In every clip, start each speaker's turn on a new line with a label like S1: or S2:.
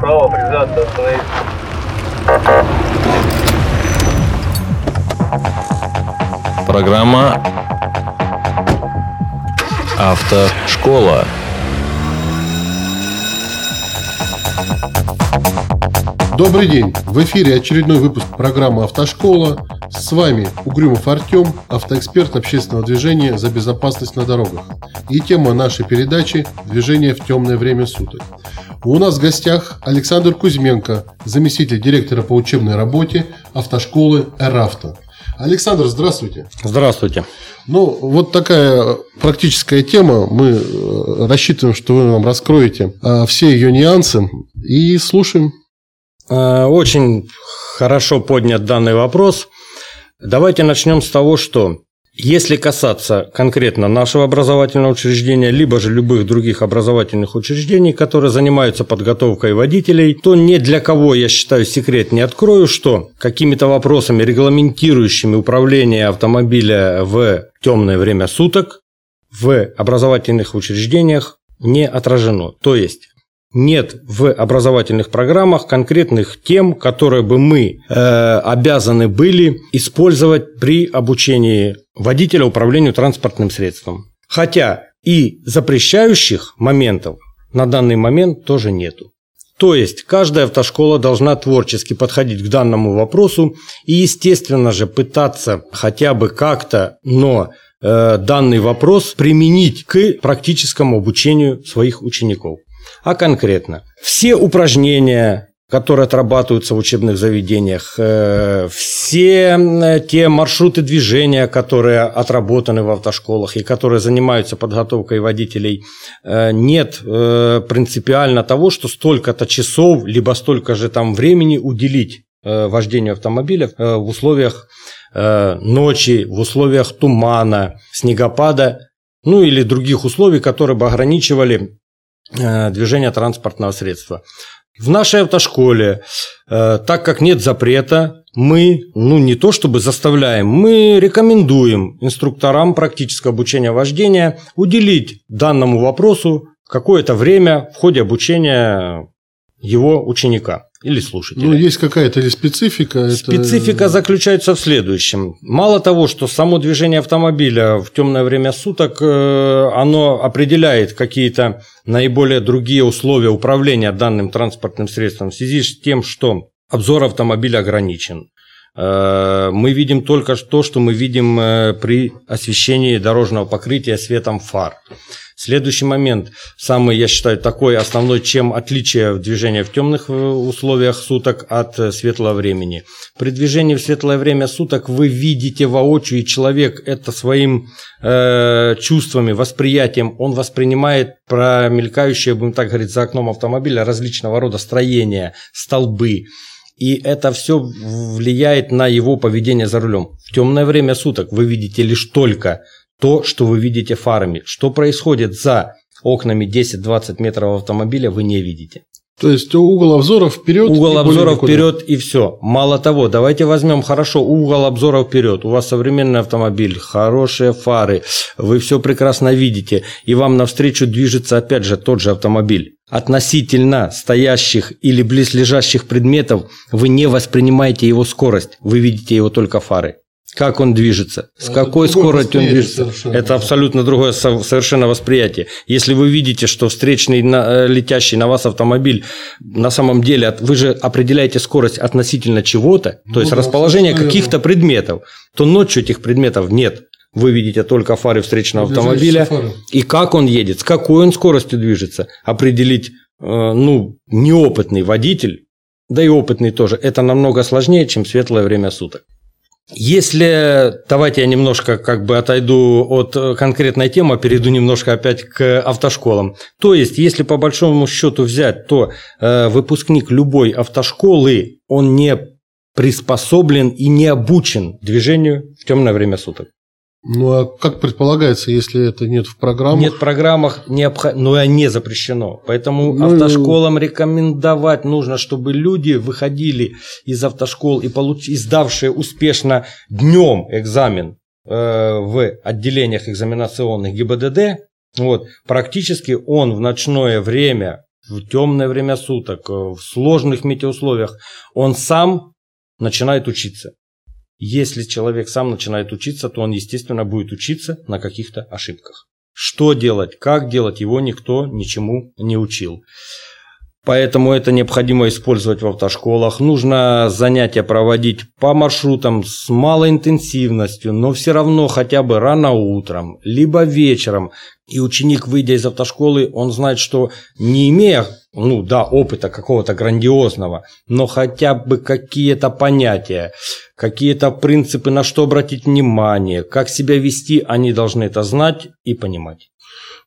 S1: Право признаться, остановиться.
S2: Программа «Автошкола».
S3: Добрый день! В эфире очередной выпуск программы «Автошкола». С вами Угрюмов Артем, автоэксперт общественного движения «За безопасность на дорогах». И тема нашей передачи «Движение в темное время суток». У нас в гостях Александр Кузьменко, заместитель директора по учебной работе автошколы «Эравто». Александр, здравствуйте.
S4: Здравствуйте.
S3: Ну, вот такая практическая тема. Мы э, рассчитываем, что вы нам раскроете э, все ее нюансы и слушаем.
S4: Э, Очень хорошо поднят данный вопрос. Давайте начнем с того, что если касаться конкретно нашего образовательного учреждения, либо же любых других образовательных учреждений, которые занимаются подготовкой водителей, то ни для кого, я считаю, секрет не открою, что какими-то вопросами, регламентирующими управление автомобиля в темное время суток, в образовательных учреждениях не отражено. То есть нет в образовательных программах конкретных тем, которые бы мы э, обязаны были использовать при обучении водителя управлению транспортным средством. Хотя и запрещающих моментов на данный момент тоже нету. То есть каждая автошкола должна творчески подходить к данному вопросу и, естественно же, пытаться хотя бы как-то, но э, данный вопрос применить к практическому обучению своих учеников. А конкретно, все упражнения, которые отрабатываются в учебных заведениях, э, все э, те маршруты движения, которые отработаны в автошколах и которые занимаются подготовкой водителей, э, нет э, принципиально того, что столько-то часов, либо столько же там времени уделить э, вождению автомобиля э, в условиях э, ночи, в условиях тумана, снегопада, ну или других условий, которые бы ограничивали э, движения транспортного средства. В нашей автошколе, э, так как нет запрета, мы, ну не то чтобы заставляем, мы рекомендуем инструкторам практического обучения вождения уделить данному вопросу какое-то время в ходе обучения его ученика или слушателя.
S3: Ну, есть какая-то или специфика? это-
S4: Специфика заключается в следующем. Мало того, что само движение автомобиля в темное время суток, э, оно определяет какие-то наиболее другие условия управления данным транспортным средством в связи с тем, что обзор автомобиля ограничен. Э, Мы видим только то, что мы видим э, при освещении дорожного покрытия светом фар. Следующий момент, самый, я считаю, такой основной, чем отличие движения в темных э, условиях суток от э, светлого времени. При движении в светлое время суток вы видите воочию, и человек это своим э, чувствами, восприятием, он воспринимает промелькающие, будем так говорить, за окном автомобиля различного рода строения, столбы. И это все влияет на его поведение за рулем. В темное время суток вы видите лишь только то, что вы видите фарами. Что происходит за окнами 10-20 метров автомобиля, вы не видите.
S3: То есть угол обзора вперед. и
S4: Угол
S3: более
S4: обзора
S3: никуда.
S4: вперед и все. Мало того, давайте возьмем хорошо угол обзора вперед. У вас современный автомобиль, хорошие фары, вы все прекрасно видите, и вам навстречу движется опять же тот же автомобиль. Относительно стоящих или близлежащих предметов вы не воспринимаете его скорость, вы видите его только фары. Как он движется, с
S3: Ну, Это другое
S4: какой скоростью он
S3: восприятие
S4: движется.
S3: совершенно,
S4: Это
S3: да.
S4: абсолютно другое со- совершенно восприятие. Если вы видите, что встречный на- э, летящий на вас автомобиль на самом деле от- вы же определяете скорость относительно чего-то, то
S3: Ну
S4: есть
S3: да,
S4: расположение
S3: совершенно
S4: каких-то предметов, то ночью этих предметов нет. Вы видите только фары встречного
S3: Ближайшие
S4: автомобиля
S3: фары.
S4: и как он едет, с какой он скоростью движется, определить, э, ну, неопытный водитель, да и опытный тоже, это намного сложнее, чем светлое время суток. Если, давайте я немножко как бы отойду от э, конкретной темы, а перейду немножко опять к автошколам. То есть, если по большому счету взять, то э, выпускник любой автошколы, он не приспособлен и не обучен движению в темное время суток.
S3: Ну а как предполагается, если это нет в программах?
S4: Нет, в программах необхо- но и не запрещено. Поэтому
S3: Ну,
S4: автошколам рекомендовать нужно, чтобы люди выходили из автошкол и получ... и сдавшие успешно днем экзамен э, в отделениях экзаменационных ГИБДД, вот, практически он в ночное время в темное время суток, э, в сложных метеоусловиях, он сам начинает учиться. Если человек сам начинает учиться, то он, естественно, будет учиться на каких-то ошибках. Что делать, как делать, его никто ничему не учил. Поэтому это необходимо использовать в автошколах. Нужно занятия проводить по маршрутам с малой интенсивностью, но все равно хотя бы рано утром, либо вечером. И ученик, выйдя из автошколы, он знает, что не имея, ну да, опыта какого-то грандиозного, но хотя бы какие-то понятия, какие-то принципы, на что обратить внимание, как себя вести, они должны это знать и понимать.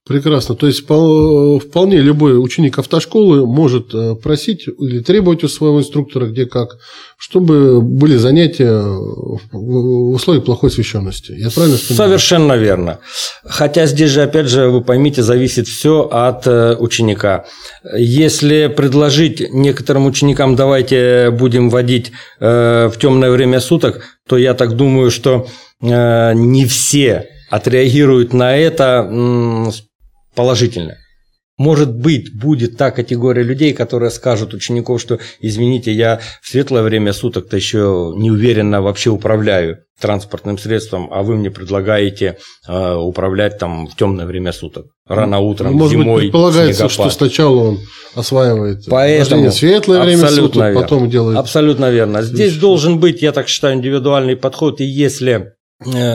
S3: Прекрасно. То есть вполне любой ученик автошколы может э, просить или требовать у своего инструктора где как, чтобы были занятия в условиях плохой освещенности. Я правильно
S4: понимаю? Совершенно верно. Хотя здесь же, опять же, вы поймите, зависит все от э, ученика. Если предложить некоторым ученикам, давайте будем водить э, в темное время суток, то я так думаю, что Э, не все отреагируют на это положительно. Может быть, будет та категория людей, которые скажут учеников, что извините, я в светлое время суток-то еще не уверенно вообще управляю транспортным средством, а вы мне предлагаете э, управлять там в темное время суток, рано утром, ну,
S3: может
S4: зимой. Может
S3: быть, предполагается, снегопад. что сначала он осваивает
S4: Поэтому,
S3: светлое время суток, верно. потом делает.
S4: Абсолютно верно. Здесь Слушай. должен быть, я так считаю, индивидуальный подход, и если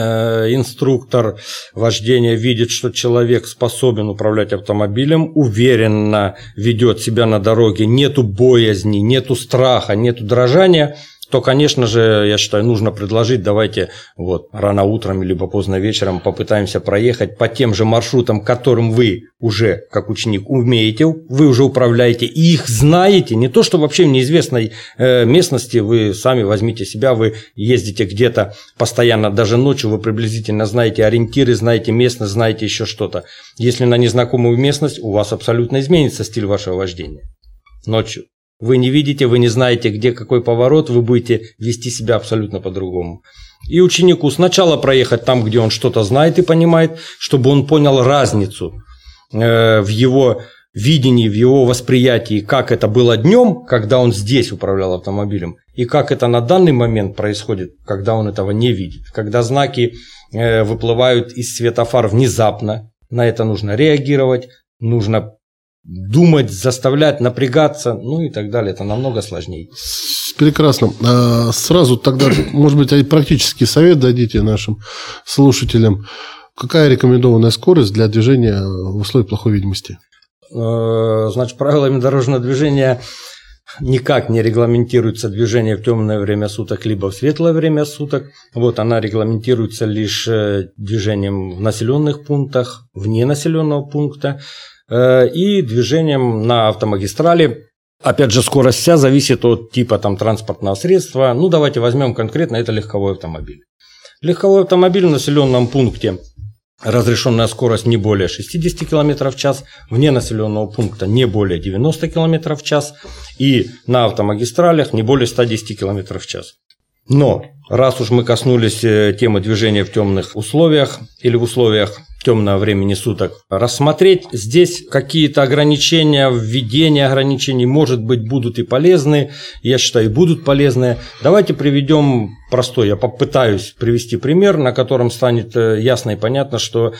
S4: э, инструктор вождения видит, что человек способен управлять автомобилем, уверенно ведет себя на дороге, нету боязни, нету страха, нету дрожания, то, конечно же, я считаю, нужно предложить, давайте вот рано утром либо поздно вечером попытаемся проехать по тем же маршрутам, которым вы уже, как ученик, умеете, вы уже управляете, и их знаете, не то, что вообще в неизвестной э, местности вы сами возьмите себя, вы ездите где-то постоянно, даже ночью вы приблизительно знаете ориентиры, знаете местность, знаете еще что-то. Если на незнакомую местность, у вас абсолютно изменится стиль вашего вождения ночью. Вы не видите, вы не знаете, где какой поворот, вы будете вести себя абсолютно по-другому. И ученику сначала проехать там, где он что-то знает и понимает, чтобы он понял разницу э, в его видении, в его восприятии, как это было днем, когда он здесь управлял автомобилем, и как это на данный момент происходит, когда он этого не видит, когда знаки э, выплывают из светофар внезапно, на это нужно реагировать, нужно думать, заставлять, напрягаться, ну и так далее. Это намного сложнее.
S3: Прекрасно. А, Сразу тогда, может быть, практический совет дадите нашим слушателям. Какая рекомендованная скорость для движения в условиях плохой видимости?
S4: Э, Значит, правилами дорожного движения никак не регламентируется движение в темное время суток, либо в светлое время суток. Вот она регламентируется лишь э, движением в населенных пунктах, вне населенного пункта э, и движением на автомагистрали. Опять же, скорость вся зависит от типа там, транспортного средства. Ну, давайте возьмем конкретно это легковой автомобиль. Легковой автомобиль в населенном пункте разрешенная скорость не более 60 км в час, вне населенного пункта не более 90 км в час и на автомагистралях не более 110 км в час. Но раз уж мы коснулись э, темы движения в темных условиях или в условиях темного времени суток, рассмотреть здесь какие-то ограничения, введение ограничений, может быть, будут и полезны, я считаю, будут полезны. Давайте приведем простой, я попытаюсь привести пример, на котором станет э, ясно и понятно, что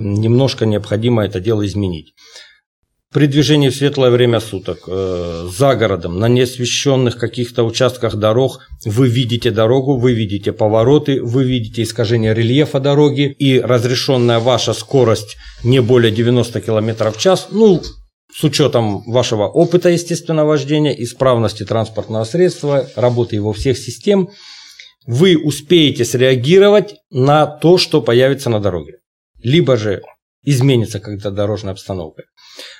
S4: немножко необходимо это дело изменить. При движении в светлое время суток, э, за городом, на неосвещенных каких-то участках дорог, вы видите дорогу, вы видите повороты, вы видите искажение рельефа дороги, и разрешенная ваша скорость не более 90 км в час, ну, с учетом вашего опыта, естественно, вождения, исправности транспортного средства, работы его всех систем, вы успеете среагировать на то, что появится на дороге. Либо же изменится когда дорожная обстановка.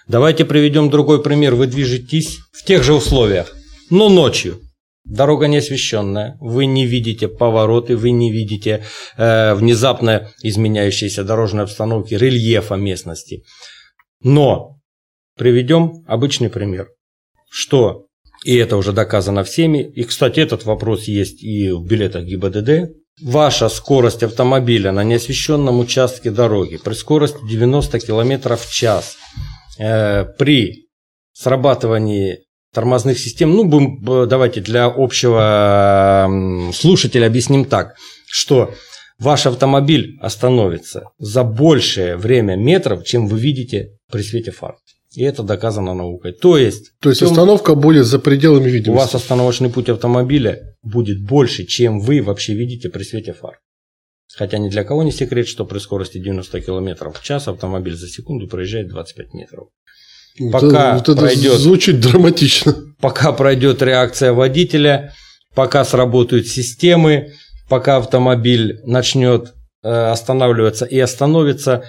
S4: Давайте приведем другой пример. Вы движетесь в тех же условиях, но ночью. Дорога не освещенная, вы не видите повороты, вы не видите э, внезапно изменяющейся дорожной обстановки, рельефа местности. Но приведем обычный пример, что, и это уже доказано всеми, и, кстати, этот вопрос есть и в билетах ГИБДД, ваша скорость автомобиля на неосвещенном участке дороги при скорости 90 км в час э, при срабатывании тормозных систем, ну, будем, э, давайте для общего м, слушателя объясним так, что ваш автомобиль остановится за большее время метров, чем вы видите при свете фар. И это доказано наукой. То есть,
S3: То есть
S4: чем
S3: остановка будет за пределами
S4: у вас
S3: видимости.
S4: остановочный путь автомобиля будет больше, чем вы вообще видите при свете фар. Хотя ни для кого не секрет, что при скорости 90 км в час автомобиль за секунду проезжает 25 метров.
S3: Вот это-
S4: пока
S3: вот это
S4: пройдет.
S3: звучит драматично.
S4: пока пройдет реакция водителя, пока сработают системы, пока автомобиль начнет э, останавливаться и остановится,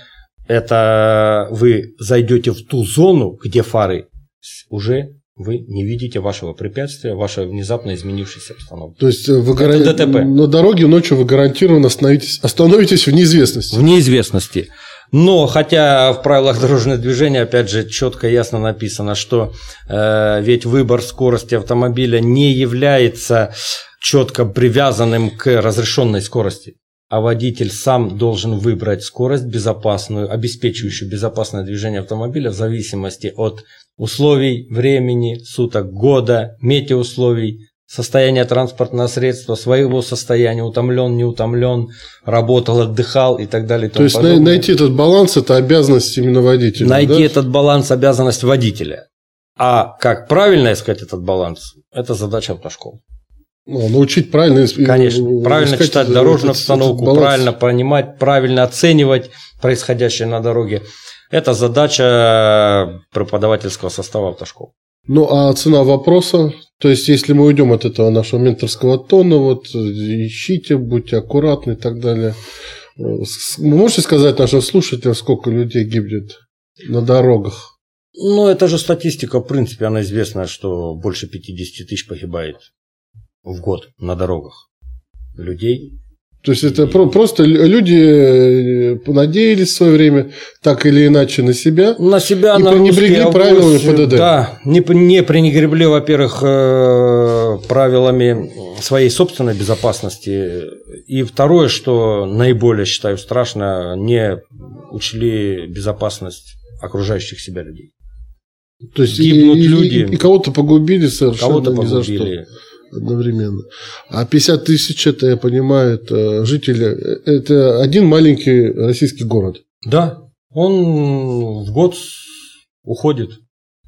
S4: это вы зайдете в ту зону, где фары с- уже вы не видите вашего препятствия, вашей внезапно изменившейся обстановки.
S3: То есть э, вы гаран-
S4: Это ДТП.
S3: на дороге ночью вы гарантированно остановитесь, остановитесь в неизвестности.
S4: В неизвестности. Но хотя в правилах дорожного движения, опять же, четко и ясно написано, что э, ведь выбор скорости автомобиля не является четко привязанным к разрешенной скорости, а водитель сам должен выбрать скорость безопасную, обеспечивающую безопасное движение автомобиля в зависимости от условий, времени, суток, года, метеоусловий, состояния транспортного средства, своего состояния, утомлен, не утомлен, работал, отдыхал и так далее. и
S3: То
S4: тому
S3: есть най-
S4: подобное.
S3: найти этот баланс – это обязанность именно водителя.
S4: Найти
S3: да?
S4: этот баланс – обязанность водителя. А как правильно искать этот баланс – это задача автошкол.
S3: Ну, научить правильно ис-
S4: Конечно,
S3: э,
S4: правильно
S3: искать
S4: читать
S3: этот-
S4: дорожную
S3: этот-
S4: обстановку,
S3: этот баланс.
S4: правильно понимать, правильно оценивать происходящее на дороге. Это задача э, преподавательского состава автошкол.
S3: Ну, а цена вопроса? То есть, если мы уйдем от этого нашего менторского тона, вот э, ищите, будьте аккуратны и так далее. Э, с- с- Вы можете сказать нашим слушателям, сколько людей гибнет на дорогах?
S4: Ну, это же статистика, в принципе, она известна, что больше 50 тысяч погибает в год на дорогах людей.
S3: То есть это про- просто лю- люди э, понадеялись в свое время так или иначе на себя.
S4: На себя,
S3: И
S4: на
S3: пренебрегли
S4: русские
S3: правилами
S4: авось,
S3: ПДД.
S4: Да, не, п- не пренебрегли, во-первых, э, правилами своей собственной безопасности. И второе, что наиболее, считаю, страшно, не учли безопасность окружающих себя людей.
S3: То есть и-
S4: Гибнут
S3: и,
S4: люди.
S3: и кого-то погубили совершенно
S4: Кого-то
S3: ни за что.
S4: погубили.
S3: одновременно. А 50 тысяч, это, я понимаю, это жители, э, это один маленький российский город.
S4: Да, он в год с- уходит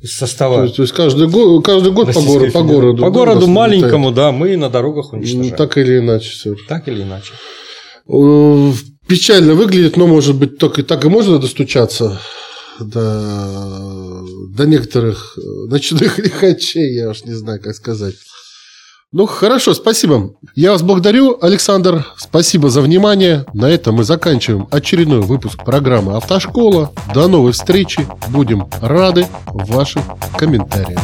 S4: из
S3: То
S4: состава.
S3: есть, то есть каждый, го- каждый год по
S4: Российской
S3: городу, по
S4: Федерации.
S3: городу.
S4: По
S3: да, у
S4: городу
S3: нас
S4: маленькому, да, мы на дорогах
S3: летает. Ну,
S4: уничтожаем.
S3: Так или иначе все.
S4: так или иначе.
S3: Печально выглядит, но, может быть, только так и можно достучаться до, до некоторых э, ночных лихачей, я уж не знаю, как сказать. Ну, хорошо, спасибо. Я вас благодарю, Александр. Спасибо за внимание. На этом мы заканчиваем очередной выпуск программы «Автошкола». До новой встречи. Будем рады вашим комментариям.